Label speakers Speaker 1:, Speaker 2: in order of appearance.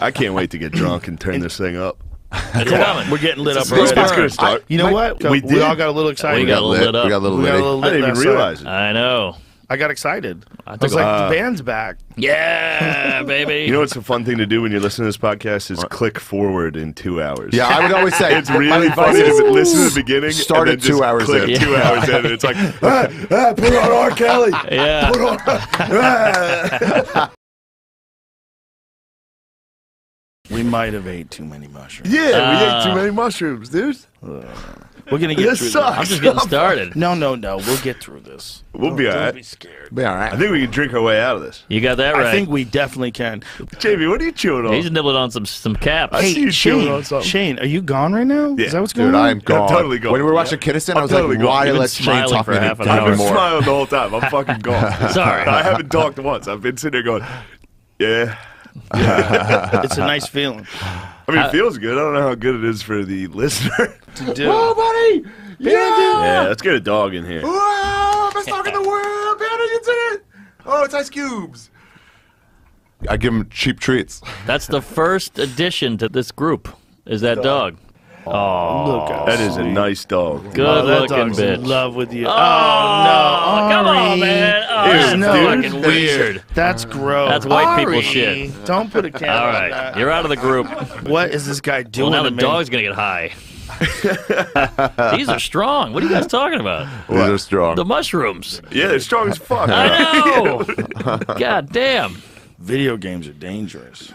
Speaker 1: I can't wait to get drunk and turn this thing up.
Speaker 2: It's coming.
Speaker 3: We're getting lit up
Speaker 1: It's
Speaker 3: already.
Speaker 1: gonna start.
Speaker 3: You know what?
Speaker 1: We did.
Speaker 3: all got a little excited.
Speaker 2: We got a little lit up.
Speaker 4: We got a little
Speaker 3: We got a
Speaker 4: litty.
Speaker 3: little
Speaker 1: I
Speaker 3: lit
Speaker 1: didn't even
Speaker 3: last
Speaker 1: realize
Speaker 3: night.
Speaker 1: it.
Speaker 2: I know.
Speaker 3: I got excited. I,
Speaker 2: took
Speaker 3: was
Speaker 2: a-
Speaker 3: like, the band's back.
Speaker 2: Yeah, baby.
Speaker 1: You know what's a fun thing to do when you're listening to this podcast is click forward in two hours.
Speaker 4: Yeah, I would always say
Speaker 1: It's really funny to listen to the beginning.
Speaker 4: Start
Speaker 1: and
Speaker 4: at
Speaker 1: then
Speaker 4: two
Speaker 1: just
Speaker 4: hours
Speaker 1: click
Speaker 4: in.
Speaker 1: Two hours in, and it's like, ah, ah, put on R. Kelly.
Speaker 2: yeah.
Speaker 1: Put on. ah.
Speaker 3: We might have ate too many mushrooms.
Speaker 1: Yeah, we ate
Speaker 2: Uh,
Speaker 1: too many mushrooms, dude.
Speaker 3: We're gonna get
Speaker 1: This
Speaker 3: through
Speaker 1: sucks.
Speaker 2: I'm just getting started.
Speaker 3: this. No, no, no. We'll get through this.
Speaker 1: We'll be all
Speaker 3: Don't be
Speaker 1: right.
Speaker 3: scared.
Speaker 4: Be all right.
Speaker 1: I think we can drink our way out of this.
Speaker 2: You got that right.
Speaker 3: I think we definitely can.
Speaker 1: Jamie, what are you chewing on?
Speaker 2: He's nibbling on some some caps.
Speaker 1: I see you chewing on
Speaker 3: Shane,
Speaker 1: something.
Speaker 3: Shane, are you gone right now?
Speaker 1: Yeah,
Speaker 3: Is that what's
Speaker 4: Dude,
Speaker 3: going on?
Speaker 4: I am gone.
Speaker 1: totally gone.
Speaker 4: When we were watching Kinnison, i
Speaker 1: I'm
Speaker 4: was
Speaker 1: totally
Speaker 4: like,
Speaker 1: gone.
Speaker 4: why
Speaker 2: You've been
Speaker 4: let Shane
Speaker 2: smiling
Speaker 4: talk
Speaker 2: for
Speaker 4: me
Speaker 2: half
Speaker 4: into
Speaker 1: I've
Speaker 2: an hour.
Speaker 4: diving
Speaker 1: been
Speaker 4: more?
Speaker 1: smiling the whole time. I'm fucking gone.
Speaker 2: Sorry.
Speaker 1: I haven't talked once. I've been sitting there going, yeah.
Speaker 3: it's a nice feeling.
Speaker 1: I mean, it feels good. I don't know how good it is for the listener.
Speaker 3: Dude,
Speaker 4: Oh, buddy! Yeah!
Speaker 1: yeah, let's get a dog in here.
Speaker 4: Wow, best dog in the world! Banner, you did it! Oh, it's Ice Cubes! I give him cheap treats.
Speaker 2: That's the first addition to this group. Is that dog?
Speaker 3: look at
Speaker 1: That is a nice dog.
Speaker 2: Good
Speaker 3: Oh, that
Speaker 2: looking
Speaker 3: dog's
Speaker 2: bitch.
Speaker 3: in love with you. Oh,
Speaker 2: Oh,
Speaker 3: no.
Speaker 2: come on,
Speaker 3: Ari.
Speaker 2: man. Oh,
Speaker 1: Ew,
Speaker 2: that's
Speaker 1: dude.
Speaker 2: fucking weird.
Speaker 3: That's gross.
Speaker 2: That's white people shit.
Speaker 3: Don't put a camera
Speaker 2: All
Speaker 3: on
Speaker 2: right,
Speaker 3: that.
Speaker 2: you're out of the group.
Speaker 3: What is this guy
Speaker 2: Well,
Speaker 3: doing?
Speaker 2: now
Speaker 3: to
Speaker 2: the
Speaker 3: me?
Speaker 2: dog's gonna get high. These are strong. What are you guys talking about?
Speaker 4: These are strong.
Speaker 2: The mushrooms.
Speaker 1: Yeah, they're strong as fuck.
Speaker 2: I know. God damn.
Speaker 3: Video games are dangerous.